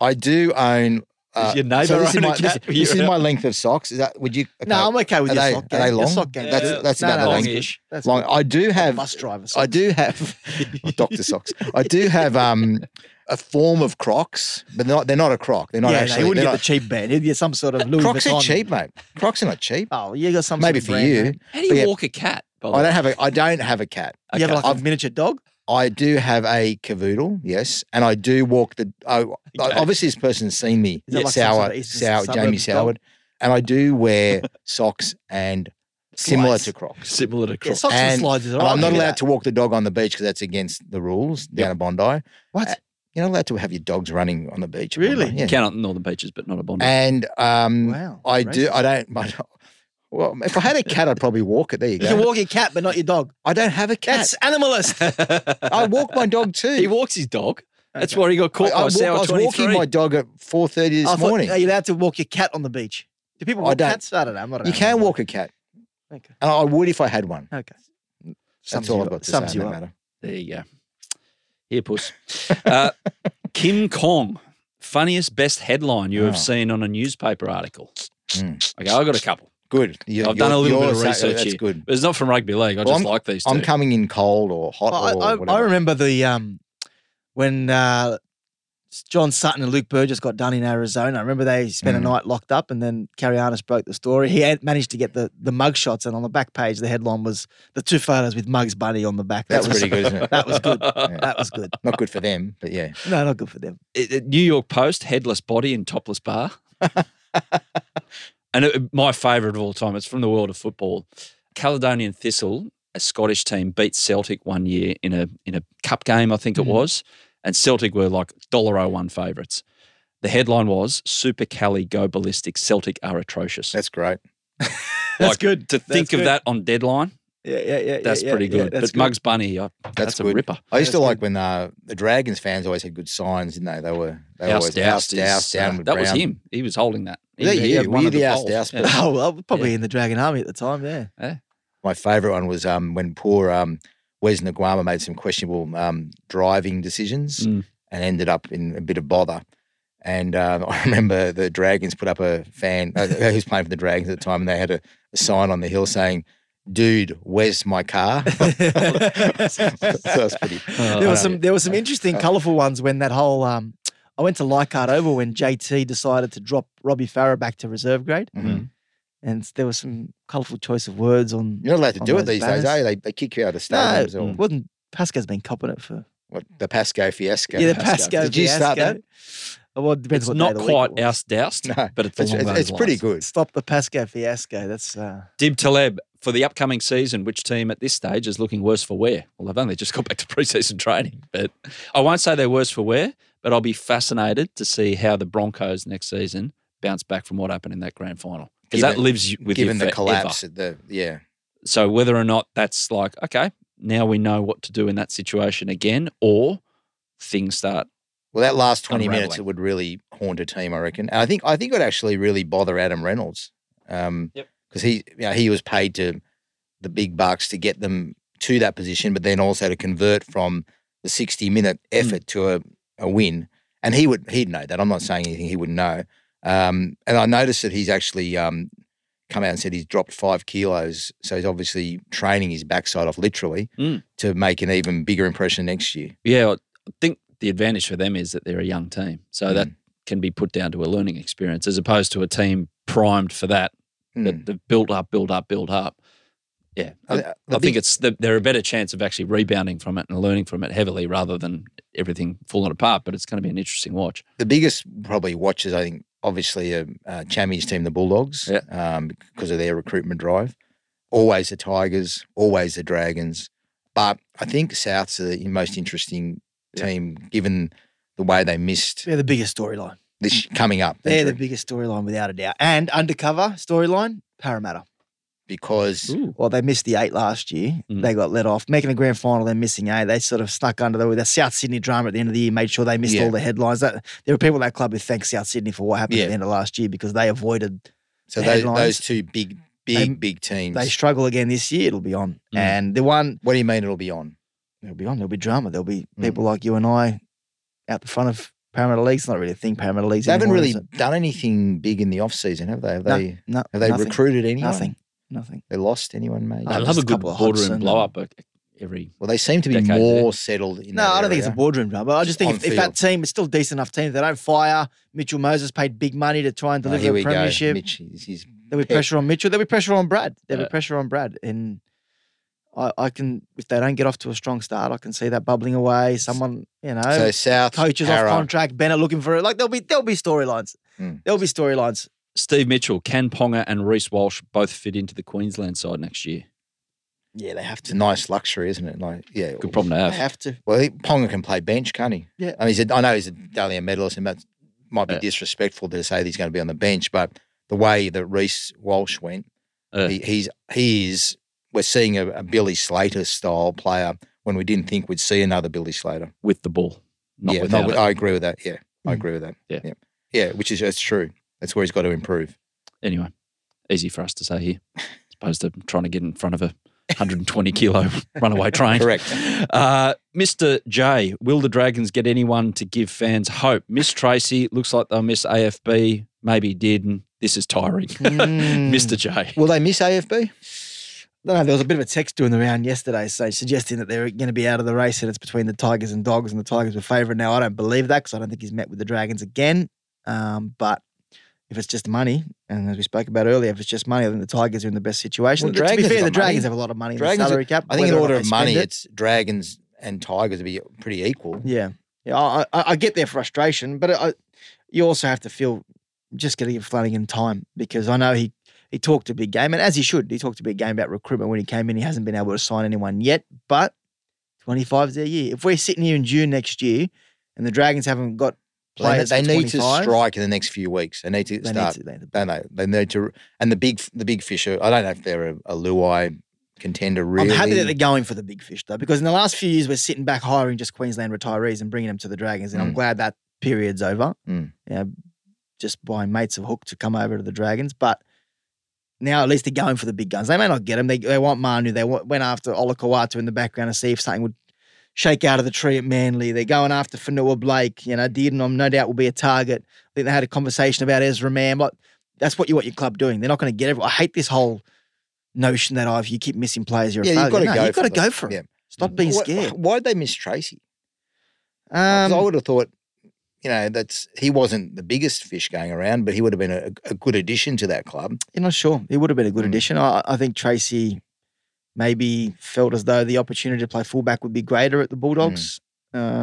I do own. Uh,
Does your neighbour
this
own
is
a
my, This,
cat?
this is
You're-
my length of socks. Is that? Would you? okay.
No, I'm okay with
Are
your
they-
sock
are
game.
they long?
Your sock game.
That's- that's about the
that's
length.
good. That's
long.
good.
I do have.
must drive.
I do have Doctor Socks. I do have um a form of Crocs, but they're not they're not a Croc. They're not
yeah, no,
actually.
you wouldn't
they're
get the cheap band. You'd get some sort of
not-
Louis
Crocs are
Vuitton.
cheap, mate. Crocs are not cheap.
Oh, you got some.
Maybe
sort of
for
brand
you.
name.
How do you
But yeah.
walk a cat? By the
I
way?
don't have a I don't have a cat.
You have
Okay.
like a miniature dog.
I do have a cavoodle, yes, and I do walk the. I, I- obviously, this person's seen me.
Is that like some
sour,
sort of eastern
sour,
suburb
Jamie
dog?
Soward, and I do wear socks and similar
Slides.
to Crocs.
similar to
Yeah,
Crocs.
socks and,
And-
slides is all
And
right.
I'm not
Look at
allowed
that.
to walk the dog on the beach because that's against the rules down at Bondi. Uh,
What?
You're not allowed to have your dogs running on the beach. at
Really?
Bondi, Yeah.
Count on northern beaches, but not a bond.
And um,
Wow.
I do.
racist.
I don't. I don't- well, if I had a cat, I'd probably walk it. There you
You can
go.
walk your cat, but not your dog.
I don't have a cat.
That's animalist.
Uh, I walk my dog too.
he walks his dog. That's why he got
I,
caught
I
by
walk- I
Sour
was
23.
walking my dog at four thirty this
I thought,
morning.
Are you allowed to walk your cat on the beach? Do people
I
walk
don't.
cats? I don't know. I'm not an
You can
animal
walk a cat.
guy. Okay.
And I would if I had one.
Okay.
That's
Sums
all
you
I've
up-
got to say on
sums
that
you up.
matter.
There you go. Here, puss. Uh, Kim Kong, funniest best headline you
Oh.
have seen on a newspaper article.
Mm.
Okay, I've got a couple.
Good. You-
I've done
you're-
a little bit
you're
of
sa-
research
That's
here.
good.
It's not from rugby league. I
Well,
just
I'm-
like these two.
I'm coming in cold or hot
I,
or
I,
whatever.
I remember the um, when uh, John Sutton and Luke Burgess got done in Arizona. I remember they spent a
Mm.
night locked up, and then Carrianis broke the story. He had managed to get the the mug shots, and on the back page, the headline was the two photos with Muggs Bunny on the back.
That's
that was,
pretty good, isn't it?
That was good.
Yeah.
That was good.
Not good for them, but yeah.
No, not good for them.
it- it- New York Post, headless body in topless bar. and it, my favourite of all time, it's from the world of football. Caledonian Thistle, a Scottish team, beat Celtic one year in a in a cup game, I think it was, and Celtic were like $1.01 favourites. The headline was Super Cali go ballistic. Celtic are atrocious.
That's great.
That's
Like,
good.
To
That's
think of
good.
that on deadline,
Yeah, yeah, yeah.
that's
yeah, yeah,
pretty
yeah,
good.
that's
but Muggs Bunny, I, that's, a
good.
ripper.
I used to
That's
like when uh, the Dragons fans always had good signs, didn't they? They were they were
House
always house
Doust is,
douse,
uh,
downward
That was
brown.
him. He was holding that. He
Yeah,
was
yeah,
here,
yeah,
one
we
of
the House
poles.
Doust
Yeah.
people.
Oh, well, I was probably in the Dragon Army at the time. Yeah.
My favourite one was um, when poor um, Wes Naguama made some questionable um, driving decisions
Mm.
and ended up in a bit of bother. And um, I remember the Dragons put up a fan uh, who was playing for the Dragons at the time, and they had a, a sign on the hill saying, "Dude, where's my car?" so that's pretty.
Uh,
there
I
were
don't-
some there were some interesting, colourful ones when that whole um I went to Leichhardt Oval when JT decided to drop Robbie Farah back to reserve grade.
Mhm.
And there was some colourful choice of words on
You're not allowed to
On
do it
those
these
banners.
days, eh? They, they kick you out of
No,
stadiums or
it wasn't Pasco's been copping it for
what, the Pasco fiasco.
yeah, the Pasco.
Did you start that?
fiasco. Uh, Well, it
It's
depends what day
not
of the
quite
week it was.
oust doused,
No,
but it's
It's,
along
it's,
those
it's pretty
lines.
good.
Stop the Pasco fiasco. That's uh,
Dib Taleb, for the upcoming season, which team at this stage is looking worse for wear? Well, they've only just got back to preseason training, but I won't say they're worse for wear, but I'll be fascinated to see how the Broncos next season bounce back from what happened in that grand final. Because that
Given-
lives you- with
given
you
the
forever.
collapse at the yeah.
So whether or not that's like, okay, now we know what to do in that situation again, or things start.
Well, that last twenty minutes
Unraveling.
it would really haunt a team, I reckon. And I think I think it would actually really bother Adam Reynolds, um,
Yep.
Because he you know, he was paid to the big bucks to get them to that position, but then also to convert from the sixty minute
Mm.
effort to a, a win. And he would he'd know that. I'm not saying anything he wouldn't know. Um, and I noticed that he's actually um, come out and said he's dropped five kilos, so he's obviously training his backside off literally
Mm.
to make an even bigger impression next year.
Yeah, I think the advantage for them is that they're a young team. So that
Mm.
can be put down to a learning experience as opposed to a team primed for that
Mm.
that they've built up, built up, built up. Yeah, I,
The- the
I
big-
think it's the, they're a better chance of actually rebounding from it and learning from it heavily rather than everything falling apart. But it's going to be an interesting watch.
the biggest probably watches I think obviously uh, uh, Chammy's team, the Bulldogs,
Yeah.
um, because of their recruitment drive. Always the Tigers, always the Dragons, but I think South's the most interesting team given the way they missed
They're the biggest storyline.
this coming up.
Mm. They're the
Andrew,
biggest storyline without a doubt. And undercover storyline, Parramatta.
because
Ooh,
Well, they missed the eight last year.
Mm.
They got let off. Making a grand final, they're missing eight. They sort of snuck under the, with the South Sydney drama at the end of the year, made sure they missed
Yeah.
all the headlines. That, there were people at that club who thanked South Sydney for what happened
Yeah.
at the end of last year because they avoided,
so
The
those,
headlines.
those two big, big,
They-
big teams.
they struggle again this year. It'll be on.
Mm.
And the one,
what do you mean it'll be on?
There'll be on. There'll be drama. There'll be
Mm.
people like you and I out the front of Parramatta League's not really a thing. Parramatta League's
They haven't
anymore,
really
is it?
done anything big in the off season, have they? Have
No,
they?
no,
Have they
nothing,
recruited anyone?
Nothing. Nothing.
They lost anyone, maybe.
No,
I love
just
a
a
good
couple of
border
Hudson
and blow up
and-
a, every.
Well, they seem to be
Decades there.
more settled. In
No,
that
I don't think it's a
area.
boardroom drama. I just think
On
if, if that team is still a decent enough team, if they don't fire Mitchell Moses, paid big money to try and
Oh,
deliver
here
a
we
premiership.
go. Mitch, he's, he's
There'll be
Pep.
pressure on Mitchell. There'll be pressure on Brad. There'll
Yeah.
be pressure on Brad. And I, I can, if they don't get off to a strong start, I can see that bubbling away. Someone, you know,
so South
coaches
Para.
off contract. Bennett looking for it. Like there'll be there'll be storylines.
Mm.
There'll be storylines.
Steve Mitchell, Ken Ponga, and Reese Walsh both fit into the Queensland side next year.
Yeah, they have
It's a nice luxury, isn't it? Like, yeah,
Good problem to
They
have.
have to.
Well, I think Ponga can play bench, can't he?
Yeah.
I mean, he's a, I know he's a Dalian medalist, and that might be
Yeah.
disrespectful to say that he's going to be on the bench, but the way that Reese Walsh went,
Uh,
he, he's he is. We're seeing a, a Billy Slater style player when we didn't think we'd see another Billy Slater.
with the ball, not
yeah,
without
with-
it.
I agree with that. Yeah, I
Mm.
agree with that.
Yeah.
yeah, yeah. Which is that's true. That's where he's got to improve.
anyway, easy for us to say here, as opposed to trying to get in front of a 120 kilo runaway train.
Correct.
Uh, Mr. J, will the Dragons get anyone to give fans hope? Miss Tracy looks like they'll miss AFB, maybe did, and this is tiring.
Mm.
Mr. J.
Will they miss AFB?
No, no, there was a bit of a text doing the round yesterday, so suggesting that they're going to be out of the race and it's between the Tigers and Dogs, and the Tigers were favourite. Now, I don't believe that because I don't think he's met with the Dragons again. Um, but if it's just money, and as we spoke about earlier, if it's just money, I think the Tigers are in the best situation.
Well,
to be
Dragons
fair,
have
the
got money.
Dragons have a lot of money in
Dragons
the
have-
salary cap.
I think in
whether or
order
not
of
they
money,
spend it-
it's Dragons and Tigers would be pretty equal.
Yeah, yeah, I, I, I get their frustration, but I, you also have to feel just going to give Flanagan time because I know he he talked a big game, and as he should, he talked a big game about recruitment when he came in. He hasn't been able to sign anyone yet, but 25 is their year. If we're sitting here in June next year and the Dragons haven't got
They,
players,
they
for
need to
25,
strike in the next few weeks. They need to
They need
start.
to, they need to-
Don't they? They need to. And the big, the big fish. Are, I don't know if they're a, a Luai contender. Really,
I'm happy that they're going for the big fish though, because in the last few years we're sitting back hiring just Queensland retirees and bringing them to the Dragons, and I'm
Mm.
glad that period's over.
Mm.
You know, just buying mates of Hook to come over to the Dragons, but now at least they're going for the big guns. They may not get them. They, they want Manu. They wa- went after Olakawatu in the background to see if something would shake out of the tree at Manly. They're going after Fanua Blake. You know, Dearden, um, no doubt, will be a target. I think they had a conversation about Ezra Mann. Like, that's what you want your club doing. They're not going to get everyone. I hate this whole notion that, oh, if you keep missing players, you're
Yeah,
a failure.
you've got to
No,
go.
You've got to
them.
go for it.
Yeah.
Stop being
Why-
scared.
Why did they miss Tracy? 'Cause I
Um,
would have thought, you know, that's he wasn't the biggest fish going around, but he would have been a, a good addition to that club.
you're not sure. It would have been a good
Mm.
addition. I, I think Tracy maybe felt as though the opportunity to play fullback would be greater at the Bulldogs. Um,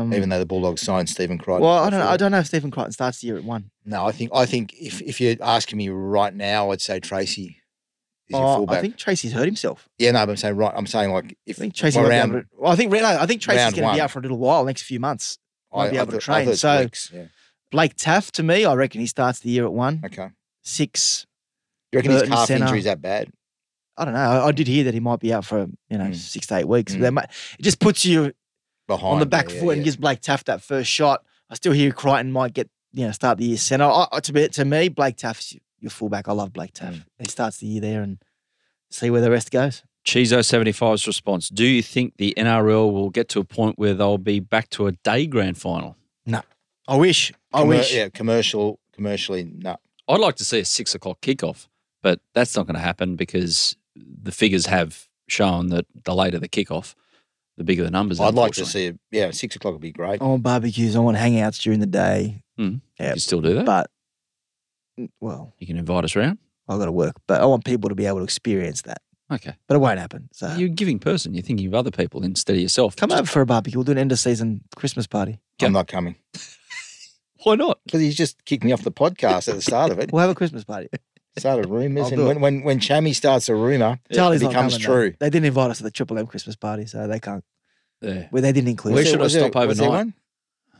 Hmm. Even though the Bulldogs signed Stephen Crichton.
well, I don't. know.
before.
I don't know if Stephen Crichton starts the year at one.
No, I think I think if if you're asking me right now, I'd say Tracy is your
Oh,
fullback.
I think Tracy's hurt himself.
yeah, no, but I'm saying right. I'm saying like
I
if
think Tracy.
we're
might be
around-
able to- well, I think no, I think Tracy's
round
going to
one.
be out for a little while, next few months. might be able to
thought-
train,
thought it's
so-
weeks, yeah.
Blake Taff, to me, I reckon he starts the year at one
okay.
six.
You reckon his
Burton
calf
centre.
injury is that bad?
I don't know. I, I did hear that he might be out for you know
Mm.
six to eight weeks.
Mm.
That might, it just puts you
Behind
on the
yeah,
back
yeah,
foot and
yeah.
gives Blake Taff that first shot. I still hear Crichton might get you know start the year centre. I, I- to be to me, Blake Taff's your- your fullback. I love Blake Taff.
Mm.
He starts the year there and see where the rest goes.
Chizo 75's response. Do you think the NRL will get to a point where they'll be back to a day grand final?
I wish. I
Commer-
wish.
Yeah, commercial, commercially, no.
I'd like to see a six o'clock kickoff, but that's not going to happen because the figures have shown that the later the kickoff, the bigger the numbers.
I'd like to
unfortunately.
see it. Yeah, six o'clock would be great.
I want barbecues. I want hangouts during the day.
You can still do that.
But well,
you can invite us round.
I got to work. But I want people to be able to experience that.
Okay.
But it won't happen. So
You're a giving person. You're thinking of other people instead of yourself.
Uh, come
Just-
over for a barbecue. We'll do an end of season Christmas party.
I'm not coming
Why not?
because he's just kicked me off the podcast at the start of it.
We'll have a Christmas party.
Started rumors,
I'll
and
do
when when when Chammy starts a rumor,
Charlie's not
becomes
coming, though.
true.
They didn't invite us to the Triple M Christmas party, so they can't.
Yeah.
Well, they didn't include.
Where
us.
Was
should
there-
I stop
was there- was there
overnight?
one?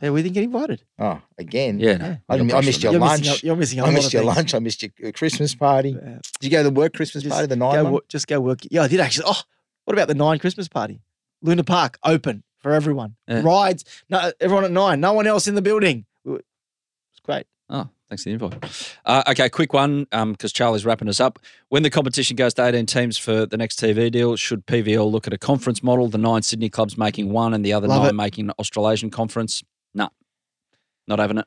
Yeah, we didn't get invited.
Oh, again.
Yeah. no,
I,
no
didn't- I
pressure
missed
on
your
you're
lunch.
Missing, out- you're missing. a
I
lot
missed
of
your
things.
lunch. I missed your your Christmas party. Did
Yeah.
you go to the work Christmas
Just
party? The
go
nine one?
wo- just go work. Yeah, I did actually. Oh, what about the nine Christmas party? Luna Park open for everyone.
Yeah.
Rides. No, everyone at nine. No one else in the building. We were- It's great.
Oh, thanks for the invite. Uh, okay, quick one because Charlie's wrapping us up. When the competition goes to 18 teams for the next TV deal, should PVL look at a conference model? The nine Sydney clubs making one and the other
Love
nine
it.
making an Australasian conference? Nah, not having it.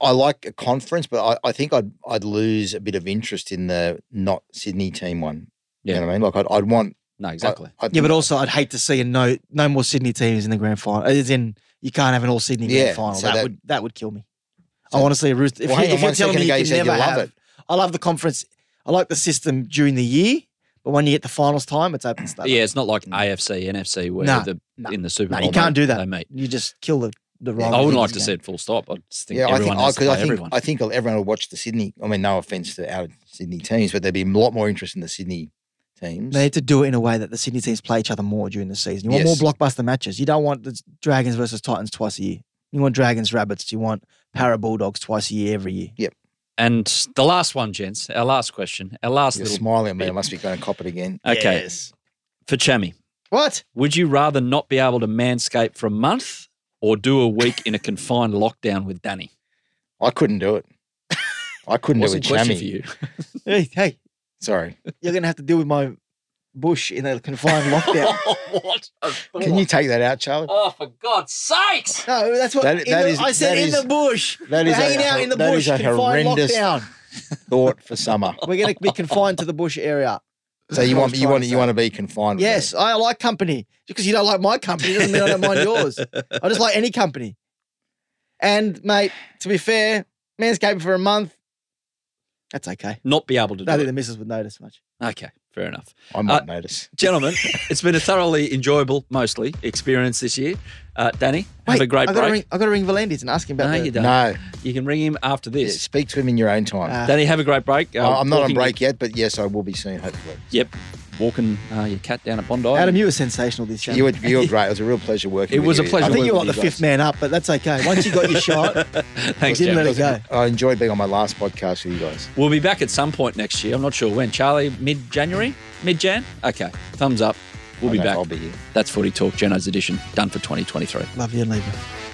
I like a conference, but I, I think I'd I'd lose a bit of interest in the not Sydney team one.
Yeah.
You know what I mean? Like I'd, I'd want
No, exactly.
I, I'd,
Yeah, but also I'd hate to see a no no more Sydney teams in the grand final. As in, you can't have an all Sydney
Yeah,
grand final.
so
that,
that-
would that would kill me. I
So-
want to see a rooster. If,
Well,
you,
hang on
if you're
one
telling
second
me you
ago, you
can
said you
never
love
have,
it.
I love the conference. I like the system during the year, but when you get the finals time, it's open stuff.
Yeah, it's not like AFC, NFC where
Mm. Nah,
the,
nah,
in the Super
nah,
Bowl
you can't
they-
do that.
They meet.
you just kill the the
I
rival.
I wouldn't
teams
like to
again.
see it full stop. I just think
yeah, I think
everyone
I,
has to
cause I
play
think
everyone.
I think everyone will watch the Sydney. I mean, no offense to our Sydney teams, but there'd be a lot more interest in the Sydney teams.
They need to do it in a way that the Sydney teams play each other more during the season. You want
Yes.
more blockbuster matches. You don't want the Dragons versus Titans twice a year. You want Dragons Rabbits. You want Para Bulldogs twice a year every year.
and the last one, gents, our last question, our last
You're
little.
smiling at me. I must be going to cop it again.
Okay, for Chami.
What?
Would you rather not be able to manscape for a month or do a week in a confined lockdown with Danny?
I couldn't do it. I couldn't do
What's
it,
the question for
Chammy.
you?
Hey, hey,
Sorry.
you're gonna have to deal with my bush in a confined lockdown.
what?
Can you take that out, Charlie?
Oh, for God's sakes!
No, that's what
That-
in
that
the-
is-
I said.
that
in
is-
the bush,
That
we're
is
hanging
a,
out in the
that is
bush,
a
confined
horrendous
lockdown.
thought for summer.
We're going to be confined to the bush area.
So you
That's what I
want
was
you want
trying to
you
say.
want to be confined? with
Yes, I like company. Just because you don't like my company doesn't mean I don't mind yours. I just like any company. And mate, to be fair, manscaping for a month, that's okay.
Not be able to
I don't
do
think the
it.
missus would notice much.
Okay, fair enough.
that. I might notice.
Gentlemen, it's been a thoroughly enjoyable, mostly, experience this year. Uh, Danny, have a great
I gotta
break.
ring. I got to ring Valandis and ask him about.
No,
the,
you don't.
No,
You can ring him after
yeah,
this.
speak to him in your own time.
Ah,
Danny, have a great break. Uh,
I- Oh, I'm not on
walking-
break yet, but yes, I will be soon. Hopefully,
Yep, walking uh, your cat down at Bondi.
Adam, you were sensational this year.
you were you were great. It was a real pleasure working.
It
with
was a
you.
pleasure
I think you were
working
like the
with you
fifth man up, but that's okay. Once you got your shot,
Thanks,
didn't
Jam.
let it go.
I enjoyed being on my last podcast with you guys.
We'll be back at some point next year. I'm not sure when. Charlie, mid January? Mid Jan? Okay. Thumbs up. We'll be
I know
back.
I'll be here.
That's Footy Talk, Geno's edition, done for 2023.
Love you and leave you.